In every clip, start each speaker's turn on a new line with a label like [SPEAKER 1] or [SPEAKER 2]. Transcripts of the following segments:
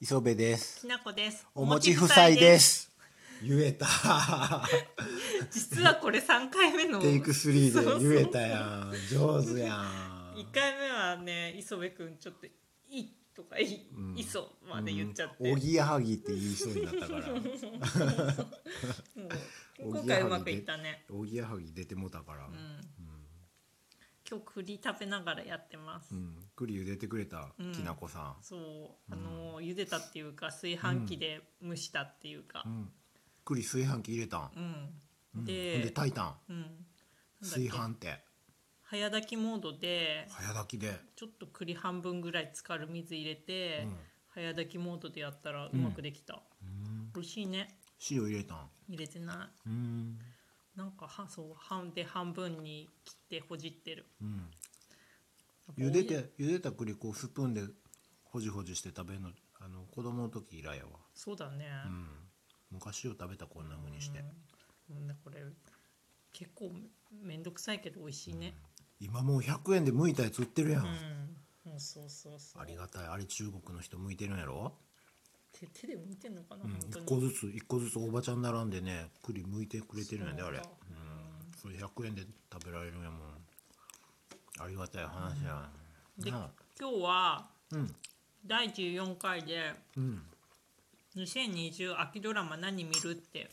[SPEAKER 1] 磯部です。
[SPEAKER 2] きなこです。。
[SPEAKER 1] お餅夫妻ですす。言えた。
[SPEAKER 2] 実はこれ三回目の。
[SPEAKER 1] テイク3で言えた
[SPEAKER 2] そう
[SPEAKER 1] やん。上手や
[SPEAKER 2] そ
[SPEAKER 1] ん
[SPEAKER 2] う。一回目はね、磯部くんちょっといいとかいい、
[SPEAKER 1] うん
[SPEAKER 2] いそまで言っちゃって。
[SPEAKER 1] おぎやはぎって言いそうになった から。
[SPEAKER 2] も
[SPEAKER 1] お
[SPEAKER 2] う
[SPEAKER 1] ぎやはぎで
[SPEAKER 2] 今回うまくいったね。
[SPEAKER 1] おぎやはぎ出てもたから。
[SPEAKER 2] うん。
[SPEAKER 1] うん。
[SPEAKER 2] 今日栗食べながらやってます。
[SPEAKER 1] うん。栗茹でてくれた
[SPEAKER 2] うん
[SPEAKER 1] きなこさ
[SPEAKER 2] そう、あのー茹でたっていうか、炊飯器で蒸したっていうか
[SPEAKER 1] ん。う。ん。栗炊飯器入れたん。
[SPEAKER 2] うん。
[SPEAKER 1] うん
[SPEAKER 2] で
[SPEAKER 1] ほんで炊いたん。
[SPEAKER 2] うん。なんだっけ
[SPEAKER 1] 炊飯って
[SPEAKER 2] 早炊きモードで。
[SPEAKER 1] 早炊きで。
[SPEAKER 2] ちょっと栗半分ぐらい浸かる水入れて、
[SPEAKER 1] うん
[SPEAKER 2] 早炊きモードでやったらうまくできた、
[SPEAKER 1] うん
[SPEAKER 2] 美味しいね
[SPEAKER 1] 塩入れたん。
[SPEAKER 2] 入れてない
[SPEAKER 1] うん。
[SPEAKER 2] なんかはそう半で半分に切ってほじってる
[SPEAKER 1] うん。
[SPEAKER 2] や
[SPEAKER 1] 茹
[SPEAKER 2] っぱ
[SPEAKER 1] でて茹でた栗こうスプーンでほじほじして食べるのあの子供の時以来やわ、
[SPEAKER 2] そうだね、
[SPEAKER 1] うん、昔よう食べたこんな風にして、
[SPEAKER 2] うん、うんねこれ結構めんどくさいけど美味しいね
[SPEAKER 1] 今もう100円で剥いたやつ売ってるやん、
[SPEAKER 2] うん、うんそうそうそう
[SPEAKER 1] ありがたいあれ中国の人剥いてるんやろ、
[SPEAKER 2] 手手で見てんのかな、
[SPEAKER 1] うん、
[SPEAKER 2] 本
[SPEAKER 1] 1
[SPEAKER 2] 当に
[SPEAKER 1] 個ずつ1個ずつおばちゃん並んでね栗剥いてくれてるんやで
[SPEAKER 2] そ
[SPEAKER 1] あ
[SPEAKER 2] う
[SPEAKER 1] れ、
[SPEAKER 2] な
[SPEAKER 1] うんん
[SPEAKER 2] だ、
[SPEAKER 1] それ100円で食べられるんやもんありがたい話やん
[SPEAKER 2] で
[SPEAKER 1] なあ
[SPEAKER 2] 今日は
[SPEAKER 1] うん
[SPEAKER 2] 第14回で
[SPEAKER 1] うん
[SPEAKER 2] 2020秋ドラマ何見るって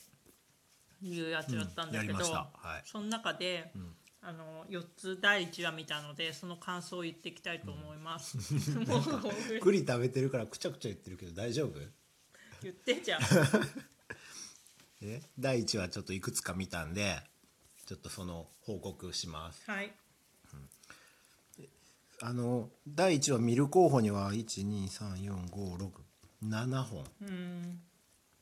[SPEAKER 2] いうやつだったんだけど、
[SPEAKER 1] うんやりましたはい
[SPEAKER 2] その中で、
[SPEAKER 1] ん
[SPEAKER 2] あの4つ第1話見たのでその感想を言っていきたいと思います、 もう
[SPEAKER 1] 栗食べてるからくちゃくちゃ言ってるけど大丈夫
[SPEAKER 2] 言ってじゃん
[SPEAKER 1] で第1話ちょっといくつか見たんでちょっとその報告します
[SPEAKER 2] はい
[SPEAKER 1] あの第1話見る候補には1234567本
[SPEAKER 2] うん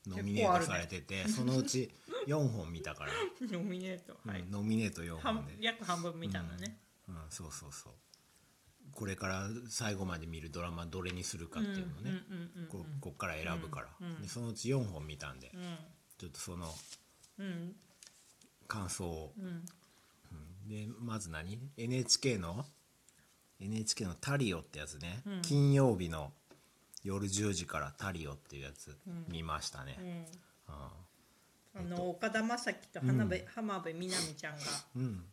[SPEAKER 1] ノミネートされてて、そのうち4本見たから、
[SPEAKER 2] ノミネート はい、
[SPEAKER 1] うんノミネート4
[SPEAKER 2] 半
[SPEAKER 1] 本で、
[SPEAKER 2] 約半分見たんだね、
[SPEAKER 1] うん、そうそうそうこれから最後まで見るドラマどれにするかっていうのをね、
[SPEAKER 2] うんうんうんうん
[SPEAKER 1] ここっから選ぶから、でそのうち4本見たんで、ちょっとその
[SPEAKER 2] うんうん
[SPEAKER 1] 感想を
[SPEAKER 2] うん
[SPEAKER 1] でまず何 ?NHK の NHK の「タリオ」ってやつね、
[SPEAKER 2] うん
[SPEAKER 1] 金曜日の夜10時から「タリオ」っていうやつ見ましたね、
[SPEAKER 2] うん
[SPEAKER 1] う
[SPEAKER 2] あの岡田将生と浜辺,、浜辺美波ちゃんが
[SPEAKER 1] ん、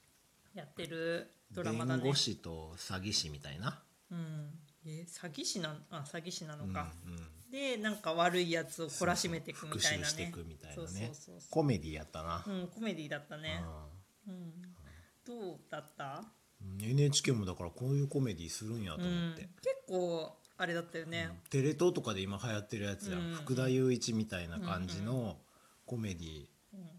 [SPEAKER 2] やってる
[SPEAKER 1] う
[SPEAKER 2] ド
[SPEAKER 1] ん
[SPEAKER 2] ラマだね
[SPEAKER 1] 弁護士と詐欺師みたいな、
[SPEAKER 2] うん、え詐欺師なんあ詐欺師なの
[SPEAKER 1] うん
[SPEAKER 2] か、
[SPEAKER 1] うん
[SPEAKER 2] でなんか悪いやつを懲らしめていくみたい
[SPEAKER 1] 復
[SPEAKER 2] なね
[SPEAKER 1] 讐していくみたいな
[SPEAKER 2] そう
[SPEAKER 1] ね
[SPEAKER 2] そうそうそ
[SPEAKER 1] コメディやったな
[SPEAKER 2] う、うん、コメディだったね、
[SPEAKER 1] う
[SPEAKER 2] うん、どうだった、
[SPEAKER 1] ん、NHK もだからこういうコメディするんやと
[SPEAKER 2] うん、
[SPEAKER 1] 思っ
[SPEAKER 2] 結
[SPEAKER 1] て、
[SPEAKER 2] 構あれだったよね、
[SPEAKER 1] テレ東とかで今流行ってるやつや、
[SPEAKER 2] うん
[SPEAKER 1] ん、福田雄一みたいな感じのコメディ
[SPEAKER 2] うん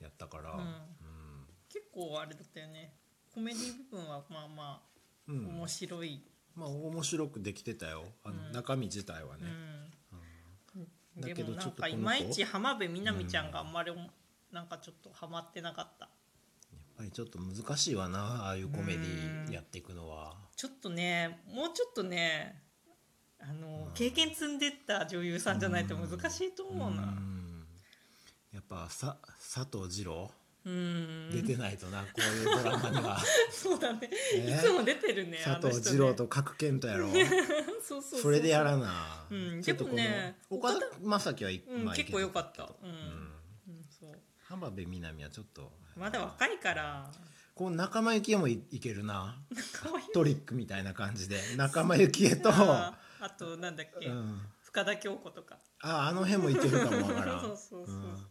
[SPEAKER 1] やったから、
[SPEAKER 2] うん
[SPEAKER 1] うん
[SPEAKER 2] 結構あれだったよねコメディ部分はまあま
[SPEAKER 1] う
[SPEAKER 2] あ
[SPEAKER 1] ん
[SPEAKER 2] 面白い、
[SPEAKER 1] まあ面白くできてたよあの、
[SPEAKER 2] うん
[SPEAKER 1] 中身自体はね
[SPEAKER 2] うん、
[SPEAKER 1] だけ
[SPEAKER 2] で
[SPEAKER 1] ど
[SPEAKER 2] もなんか
[SPEAKER 1] ちょ
[SPEAKER 2] い
[SPEAKER 1] っとこの子
[SPEAKER 2] まいち浜辺美波ちゃんがあんまりおも、なんかちょっとハマってなかった
[SPEAKER 1] やっぱりちょっと難しいわなああいうコメディやっていくのは、
[SPEAKER 2] ちょっとねもうちょっとねあの、
[SPEAKER 1] うん
[SPEAKER 2] 経験積んでった女優さんじゃないと難しいと思う
[SPEAKER 1] う
[SPEAKER 2] な。
[SPEAKER 1] んやっぱさ佐藤二朗
[SPEAKER 2] うん、
[SPEAKER 1] 出てないとな、こういうドラマには
[SPEAKER 2] そうだね、
[SPEAKER 1] ね
[SPEAKER 2] いつも出てるねあ
[SPEAKER 1] 佐
[SPEAKER 2] の
[SPEAKER 1] 藤
[SPEAKER 2] 人
[SPEAKER 1] 二
[SPEAKER 2] ね
[SPEAKER 1] 朗と角健太やろ
[SPEAKER 2] そうそうそう
[SPEAKER 1] それでやらな、
[SPEAKER 2] うん
[SPEAKER 1] ちょっとこの
[SPEAKER 2] でもね
[SPEAKER 1] 岡田将生は一
[SPEAKER 2] うん、結構良かった、うん
[SPEAKER 1] うん
[SPEAKER 2] うんそう
[SPEAKER 1] 浜辺美波はちょっと
[SPEAKER 2] まだ若いから
[SPEAKER 1] この仲間由紀恵もいいけるな
[SPEAKER 2] 可愛い
[SPEAKER 1] トリックみたいな感じで仲間由紀恵と、
[SPEAKER 2] ああとなんだっけ、
[SPEAKER 1] うん、
[SPEAKER 2] 深田恭子とか
[SPEAKER 1] ああの辺もいけるかもわからん
[SPEAKER 2] そうそうそうん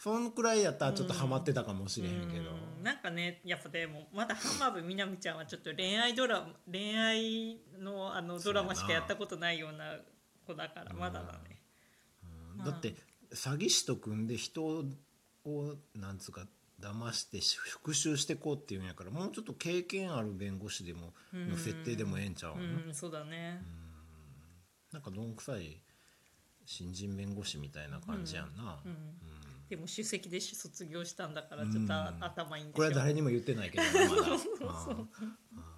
[SPEAKER 1] そんくらいやったらちょっとハマってたかもしれへんけど、
[SPEAKER 2] うんなんかねやっぱでもまだ浜辺美波ちゃんはちょっと恋愛ドラマ恋愛のあのドラマしかやったことないような子だからまだだね
[SPEAKER 1] うんだって詐欺師と組んで人をなんつうか騙してし復讐してこうっていうんやからもうちょっと経験ある弁護士でも
[SPEAKER 2] うん
[SPEAKER 1] の設定でもええんちゃう、
[SPEAKER 2] うんん、そうだね
[SPEAKER 1] なんかどんくさい新人弁護士みたいな感じやんな、
[SPEAKER 2] うん、
[SPEAKER 1] うん
[SPEAKER 2] でも首席で卒業したんだからちょっとあ
[SPEAKER 1] うん
[SPEAKER 2] 頭いいんでしょ
[SPEAKER 1] これは誰にも言ってないけどねまだうん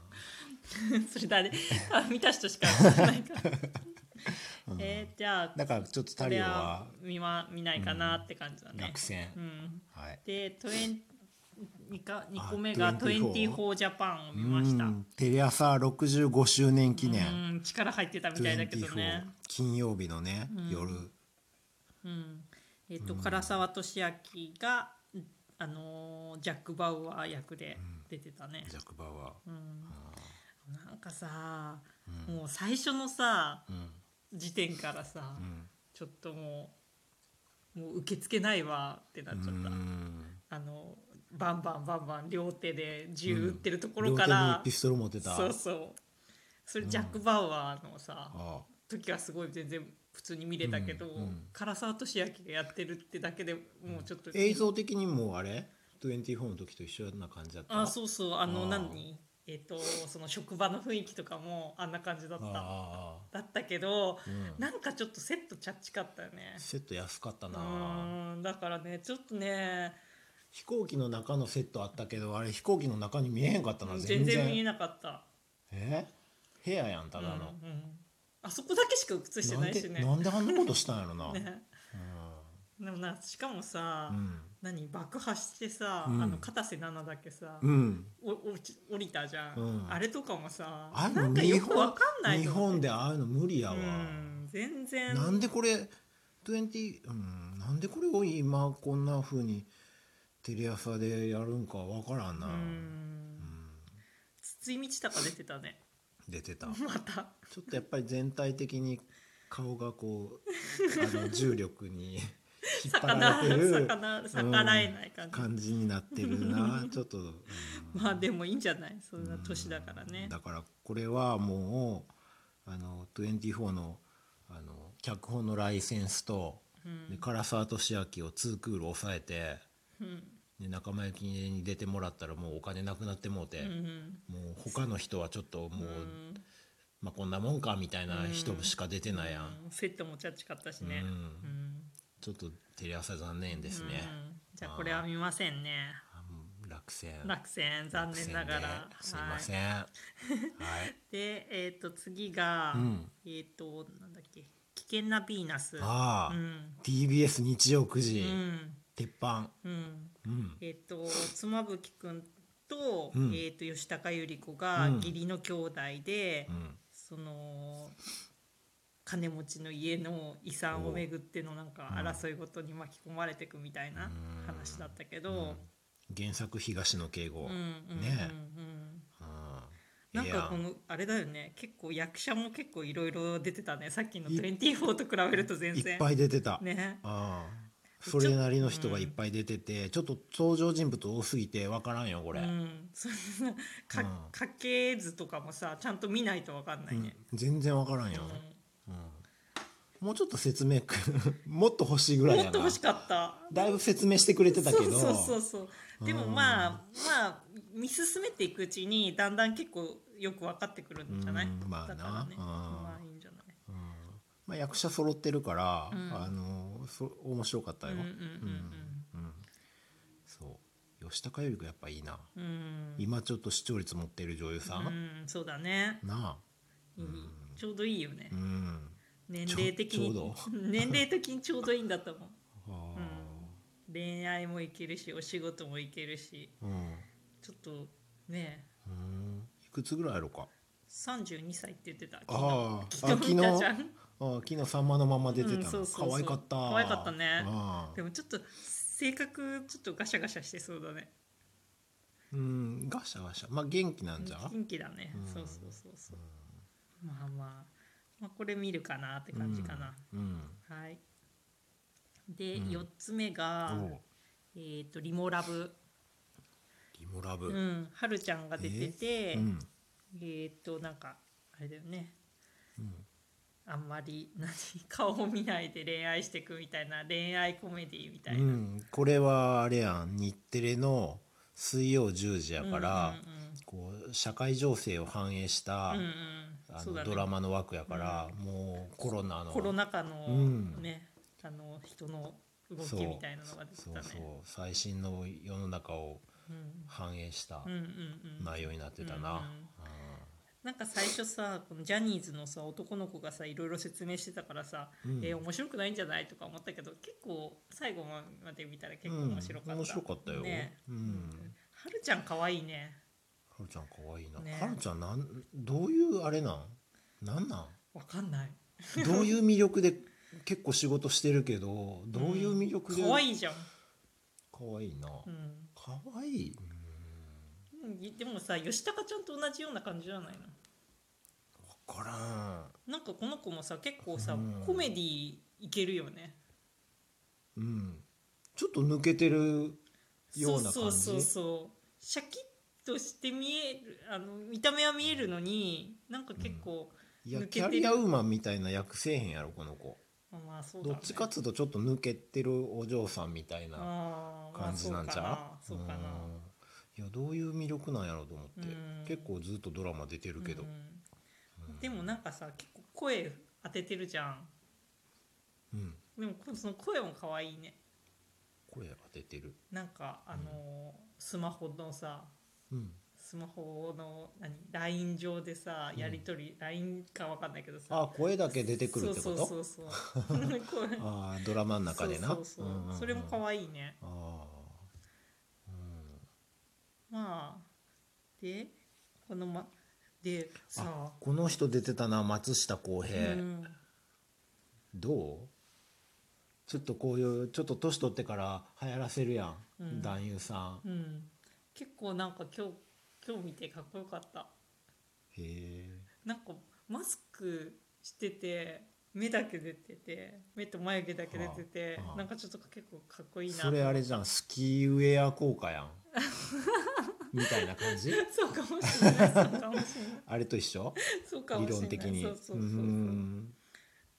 [SPEAKER 2] それ誰あ見た人しか知らな いから、えーじゃあ
[SPEAKER 1] だからちょっと
[SPEAKER 2] こ
[SPEAKER 1] タリ
[SPEAKER 2] れ
[SPEAKER 1] オは
[SPEAKER 2] は見ま見ないかなって感じだね
[SPEAKER 1] 落選、
[SPEAKER 2] うん、
[SPEAKER 1] はい
[SPEAKER 2] でトゥエン 2, か二個目が
[SPEAKER 1] 24
[SPEAKER 2] 24ジャパンを見ました
[SPEAKER 1] うんテレ朝65周年記念、
[SPEAKER 2] うん力入ってたみたいだけどね
[SPEAKER 1] 金曜日のね、夜
[SPEAKER 2] うんえっと唐沢俊明があのージャック・バウアー役で出てたね
[SPEAKER 1] ジャック・バウアー
[SPEAKER 2] うんなんかさもう最初のさ
[SPEAKER 1] うん
[SPEAKER 2] 時点からさ
[SPEAKER 1] うん
[SPEAKER 2] ちょっともうもう受け付けないわってなっちゃ
[SPEAKER 1] う
[SPEAKER 2] った
[SPEAKER 1] ん
[SPEAKER 2] あのバンバンバンバン両手で銃撃ってるところ
[SPEAKER 1] 両
[SPEAKER 2] か
[SPEAKER 1] 手に
[SPEAKER 2] ら
[SPEAKER 1] ピストル持ってた
[SPEAKER 2] そうそうそれジャック・バウアーのさ、
[SPEAKER 1] あ
[SPEAKER 2] 時はすごい全然普通に見れたけど、
[SPEAKER 1] うんうん
[SPEAKER 2] 唐沢俊明がやってるってだけでもうちょっと、
[SPEAKER 1] あ映像的にもあれ24の時と一緒な感じだった
[SPEAKER 2] あそうそうあの
[SPEAKER 1] あー
[SPEAKER 2] 何えっ、とその職場の雰囲気とかもあんな感じだった
[SPEAKER 1] あ
[SPEAKER 2] だったけど
[SPEAKER 1] あああうん
[SPEAKER 2] なんかちょっとセットチャッチかったよね
[SPEAKER 1] セット安かった
[SPEAKER 2] う
[SPEAKER 1] な
[SPEAKER 2] ーんだからねちょっとね
[SPEAKER 1] 飛行機の中のセットあったけどあれ飛行機の中に見えへんかったな全
[SPEAKER 2] 全
[SPEAKER 1] 然
[SPEAKER 2] 然見えなかった
[SPEAKER 1] え部屋やんただ
[SPEAKER 2] うん
[SPEAKER 1] の、
[SPEAKER 2] うんあそこだけしか映して
[SPEAKER 1] な
[SPEAKER 2] なんいし
[SPEAKER 1] で
[SPEAKER 2] ね
[SPEAKER 1] なんであんなことしたんやろな、
[SPEAKER 2] ねでもなしかもさ、
[SPEAKER 1] うん
[SPEAKER 2] 何爆破してさ、
[SPEAKER 1] うん
[SPEAKER 2] あの片瀬奈々だけさ、
[SPEAKER 1] うん、うん、
[SPEAKER 2] おおち降りたじゃん、
[SPEAKER 1] うん
[SPEAKER 2] あれとかもさ
[SPEAKER 1] ああいう
[SPEAKER 2] な
[SPEAKER 1] の
[SPEAKER 2] んか
[SPEAKER 1] 日
[SPEAKER 2] よくわ
[SPEAKER 1] 本
[SPEAKER 2] かんない
[SPEAKER 1] 日
[SPEAKER 2] と思っ
[SPEAKER 1] 本
[SPEAKER 2] て
[SPEAKER 1] でああいうの無理やわ、
[SPEAKER 2] うん全然
[SPEAKER 1] なんでこれ20、うん、なんでこれを今こんな風にテレ朝でやるんかわからん
[SPEAKER 2] う
[SPEAKER 1] な、
[SPEAKER 2] ん筒井道隆出てたね
[SPEAKER 1] 出てた
[SPEAKER 2] また
[SPEAKER 1] ちょっとやっぱり全体的に顔がこ うあの重力に引っ張
[SPEAKER 2] 魚
[SPEAKER 1] られてる
[SPEAKER 2] 魚逆らえない感じ、
[SPEAKER 1] 感じになってるなちょっと、うん
[SPEAKER 2] まあでもいいんじゃないそんな年だからね
[SPEAKER 1] だからこれはもうあの24のあの脚本のライセンスと、
[SPEAKER 2] うん
[SPEAKER 1] で唐沢俊明を2クール抑えて
[SPEAKER 2] うん
[SPEAKER 1] で仲間由紀恵に出てもらったらもうお金なくなってもうて、
[SPEAKER 2] うん
[SPEAKER 1] もう他の人はちょっともう、
[SPEAKER 2] うん
[SPEAKER 1] まあ、こんなもんかみたいな人しか出てないやん、
[SPEAKER 2] うんセットもチャッチかったしね
[SPEAKER 1] うん
[SPEAKER 2] うん
[SPEAKER 1] ちょっとテレ朝残念ですね、
[SPEAKER 2] うんじゃあこれは見ませんね
[SPEAKER 1] あもう落選
[SPEAKER 2] 落選残念ながら
[SPEAKER 1] 落選ですいません、はい
[SPEAKER 2] で、えー、と次が、
[SPEAKER 1] うん
[SPEAKER 2] えっ、となんだっけ「危険なヴィーナス」
[SPEAKER 1] ああ、
[SPEAKER 2] うん
[SPEAKER 1] TBS 日曜9時、
[SPEAKER 2] うん
[SPEAKER 1] 鉄板、
[SPEAKER 2] うん
[SPEAKER 1] うん、
[SPEAKER 2] えっ、と妻夫木君と,、
[SPEAKER 1] うん
[SPEAKER 2] えー、と吉高由里子が
[SPEAKER 1] うん
[SPEAKER 2] 義理の兄弟で、
[SPEAKER 1] うん
[SPEAKER 2] その金持ちの家の遺産をめぐってのなんか争いごとに巻き込まれていくみたいな
[SPEAKER 1] うん
[SPEAKER 2] 話だったけ
[SPEAKER 1] う
[SPEAKER 2] ど
[SPEAKER 1] ん、原作東野敬
[SPEAKER 2] う
[SPEAKER 1] 吾、
[SPEAKER 2] んうんうん
[SPEAKER 1] ね
[SPEAKER 2] うん
[SPEAKER 1] うん
[SPEAKER 2] なん
[SPEAKER 1] ええや
[SPEAKER 2] かこのあれだよね結構役者も結構いろいろ出てたねさっきの24と比べると全
[SPEAKER 1] い
[SPEAKER 2] 然
[SPEAKER 1] っぱい出てた、
[SPEAKER 2] ね
[SPEAKER 1] ああそれなりの人がいっぱい出てて、ちょっと登場人物多すぎて分からんよこ
[SPEAKER 2] う
[SPEAKER 1] れ、
[SPEAKER 2] んそんなか
[SPEAKER 1] うん
[SPEAKER 2] 家系図とかもさちゃんと見ないとわかんな
[SPEAKER 1] う
[SPEAKER 2] い
[SPEAKER 1] ん
[SPEAKER 2] ね、
[SPEAKER 1] 全然分からん
[SPEAKER 2] う
[SPEAKER 1] よ、
[SPEAKER 2] ん
[SPEAKER 1] うんもうちょっと説明く もっと欲しいぐらい
[SPEAKER 2] も
[SPEAKER 1] やな
[SPEAKER 2] っと欲しかった
[SPEAKER 1] だいぶ説明してくれてたけど
[SPEAKER 2] そうそうそうそうでも
[SPEAKER 1] うん
[SPEAKER 2] まあまあ見進めていくうちにだんだん結構よく分かってくるんじゃない
[SPEAKER 1] うんまあな
[SPEAKER 2] だからね
[SPEAKER 1] うん
[SPEAKER 2] まあいいんじゃない
[SPEAKER 1] うんまあ、役者揃ってるから、
[SPEAKER 2] うん
[SPEAKER 1] あのそ面白かった
[SPEAKER 2] うん
[SPEAKER 1] よ、
[SPEAKER 2] うん
[SPEAKER 1] うんそう吉高由里子やっぱいいな、
[SPEAKER 2] うんうんうん
[SPEAKER 1] 今ちょっと視聴率持ってる女優さ、
[SPEAKER 2] うんんそうだね
[SPEAKER 1] なあ
[SPEAKER 2] いいちょうどいいよね
[SPEAKER 1] うん
[SPEAKER 2] 年齢的
[SPEAKER 1] ち
[SPEAKER 2] に
[SPEAKER 1] ょ
[SPEAKER 2] 年齢的にちょうどいいんだと思う
[SPEAKER 1] あ
[SPEAKER 2] 恋愛もいけるしお仕事もいけるし
[SPEAKER 1] ーうん
[SPEAKER 2] ちょっとね
[SPEAKER 1] うんいくつぐらいあるか
[SPEAKER 2] 32歳って言ってた昨
[SPEAKER 1] あーあ
[SPEAKER 2] 昨日見たじゃ
[SPEAKER 1] 昨
[SPEAKER 2] ん
[SPEAKER 1] あー昨日さんまのまま出てた
[SPEAKER 2] うんそ
[SPEAKER 1] の
[SPEAKER 2] うそうそう
[SPEAKER 1] 可愛かった
[SPEAKER 2] 可愛かったね
[SPEAKER 1] あ
[SPEAKER 2] で
[SPEAKER 1] ー
[SPEAKER 2] もちょっと性格ちょっとガシャガシャしてそうだね
[SPEAKER 1] うんガシャガシャまあ元気なんじゃ
[SPEAKER 2] 元気だね
[SPEAKER 1] うん
[SPEAKER 2] そうそうそうそうまあまあまあこれ見るかなって感じかな
[SPEAKER 1] うん
[SPEAKER 2] はいで
[SPEAKER 1] うん
[SPEAKER 2] 4つ目
[SPEAKER 1] お
[SPEAKER 2] が
[SPEAKER 1] う
[SPEAKER 2] えっとリモラブ
[SPEAKER 1] リモラブ
[SPEAKER 2] う
[SPEAKER 1] うん
[SPEAKER 2] はるちゃんが出てて
[SPEAKER 1] ん
[SPEAKER 2] えっとなんかあれだよね
[SPEAKER 1] うん
[SPEAKER 2] あんまり何顔を見ないで恋愛していくみたいな恋愛コメディみたいな、
[SPEAKER 1] う
[SPEAKER 2] うん
[SPEAKER 1] んこれはあれやん日テレの水曜10時やからこう社会情勢を反映した
[SPEAKER 2] うんうん
[SPEAKER 1] あ
[SPEAKER 2] そうだ
[SPEAKER 1] の
[SPEAKER 2] ね
[SPEAKER 1] ドラマの枠やからもうコロナの
[SPEAKER 2] コロナ禍の
[SPEAKER 1] うん
[SPEAKER 2] ね、あの人の動き
[SPEAKER 1] そう
[SPEAKER 2] みたいなのが出て
[SPEAKER 1] そ
[SPEAKER 2] た
[SPEAKER 1] う
[SPEAKER 2] ね
[SPEAKER 1] そう最新の世の中を
[SPEAKER 2] うん
[SPEAKER 1] 反映した
[SPEAKER 2] うんうんうん
[SPEAKER 1] 内容になってたな、
[SPEAKER 2] うんうんなんか最初さこのジャニーズのさ男の子がさいろいろ説明してたからさ、
[SPEAKER 1] うん
[SPEAKER 2] えー面白くないんじゃないとか思ったけど結構最後まで見たら結構
[SPEAKER 1] うん
[SPEAKER 2] 面白かった、
[SPEAKER 1] 面白かったよ
[SPEAKER 2] ね
[SPEAKER 1] うん
[SPEAKER 2] はるちゃん可愛いね
[SPEAKER 1] はるちゃん可愛いな、
[SPEAKER 2] ね
[SPEAKER 1] はるちゃんなんどういうあれなんなんなん
[SPEAKER 2] わかんない
[SPEAKER 1] どういう魅力で結構仕事してるけどどういう魅力で
[SPEAKER 2] 可愛いじゃん、
[SPEAKER 1] 可愛いな
[SPEAKER 2] うん
[SPEAKER 1] 可愛いうん
[SPEAKER 2] うん、でもさ吉高ちゃんと同じような感じじゃないの
[SPEAKER 1] 分からん
[SPEAKER 2] なんかこの子もさ結構さ、
[SPEAKER 1] うん
[SPEAKER 2] コメディいけるよね
[SPEAKER 1] うんちょっと抜けてるような感じ
[SPEAKER 2] そうそうそうそうシャキッとして見えるあの見た目は見えるのになんか結構、
[SPEAKER 1] いや
[SPEAKER 2] 抜
[SPEAKER 1] キ
[SPEAKER 2] け
[SPEAKER 1] ャ
[SPEAKER 2] てる
[SPEAKER 1] リアウーマンみたいな役せえへんやろこの子
[SPEAKER 2] まあまあそうだ、
[SPEAKER 1] ど
[SPEAKER 2] ね、
[SPEAKER 1] っちかっつうとちょっと抜けてるお嬢さんみたいな
[SPEAKER 2] あーまあ
[SPEAKER 1] 感じなんちゃう
[SPEAKER 2] そうかなそうかな
[SPEAKER 1] うんいやどういう魅力なんやろうと思って
[SPEAKER 2] うん
[SPEAKER 1] 結構ずっとドラマ出てるけど
[SPEAKER 2] うん
[SPEAKER 1] うん
[SPEAKER 2] でもなんかさ結構声当ててるじゃん
[SPEAKER 1] うん
[SPEAKER 2] でもその声も可愛いね
[SPEAKER 1] 声当ててる
[SPEAKER 2] なんかあのースマホのさ
[SPEAKER 1] うん
[SPEAKER 2] スマホの何 LINE 上でさやり取り、LINE かわかんないけどさ
[SPEAKER 1] あ声だけ出てくるってこと
[SPEAKER 2] そうそうそう そう声
[SPEAKER 1] ああドラマの中でな
[SPEAKER 2] そうそうそう、それも可
[SPEAKER 1] いい
[SPEAKER 2] 愛いね
[SPEAKER 1] ああうん
[SPEAKER 2] まあでこのまでさ
[SPEAKER 1] あこの人出てたな松下洸平、
[SPEAKER 2] うん
[SPEAKER 1] どうちょっとこういうちょっと年取ってから流行らせるやん、
[SPEAKER 2] うん
[SPEAKER 1] 男優さん、
[SPEAKER 2] うん、結構なんか今日今日見てかっこよかった
[SPEAKER 1] へえ
[SPEAKER 2] なんかマスクしてて目だけ出てて目と眉毛だけ出てて、
[SPEAKER 1] はあはあ
[SPEAKER 2] なんかちょっと結構かっこいいな
[SPEAKER 1] それあれじゃんスキーウェア効果や んみたいな感じ
[SPEAKER 2] そうかもしれないそうか もしれない
[SPEAKER 1] あれと一緒
[SPEAKER 2] そうかも
[SPEAKER 1] 理
[SPEAKER 2] しれな
[SPEAKER 1] 論
[SPEAKER 2] い
[SPEAKER 1] 的に
[SPEAKER 2] そうそうそう
[SPEAKER 1] う
[SPEAKER 2] そう、
[SPEAKER 1] ん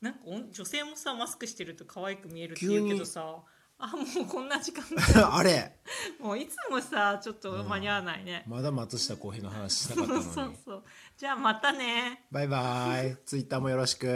[SPEAKER 2] なんかおん女性もさマスクしてると可愛く見えるって
[SPEAKER 1] 急に
[SPEAKER 2] 言うけどさあもうこんな時間
[SPEAKER 1] あれ
[SPEAKER 2] もういつもさちょっと間に合わないね、
[SPEAKER 1] まだ松下洸平の話しなかっ
[SPEAKER 2] そ
[SPEAKER 1] た
[SPEAKER 2] うそ
[SPEAKER 1] の
[SPEAKER 2] う
[SPEAKER 1] に
[SPEAKER 2] そうじゃあまたね
[SPEAKER 1] バイバイツイッターもよろしく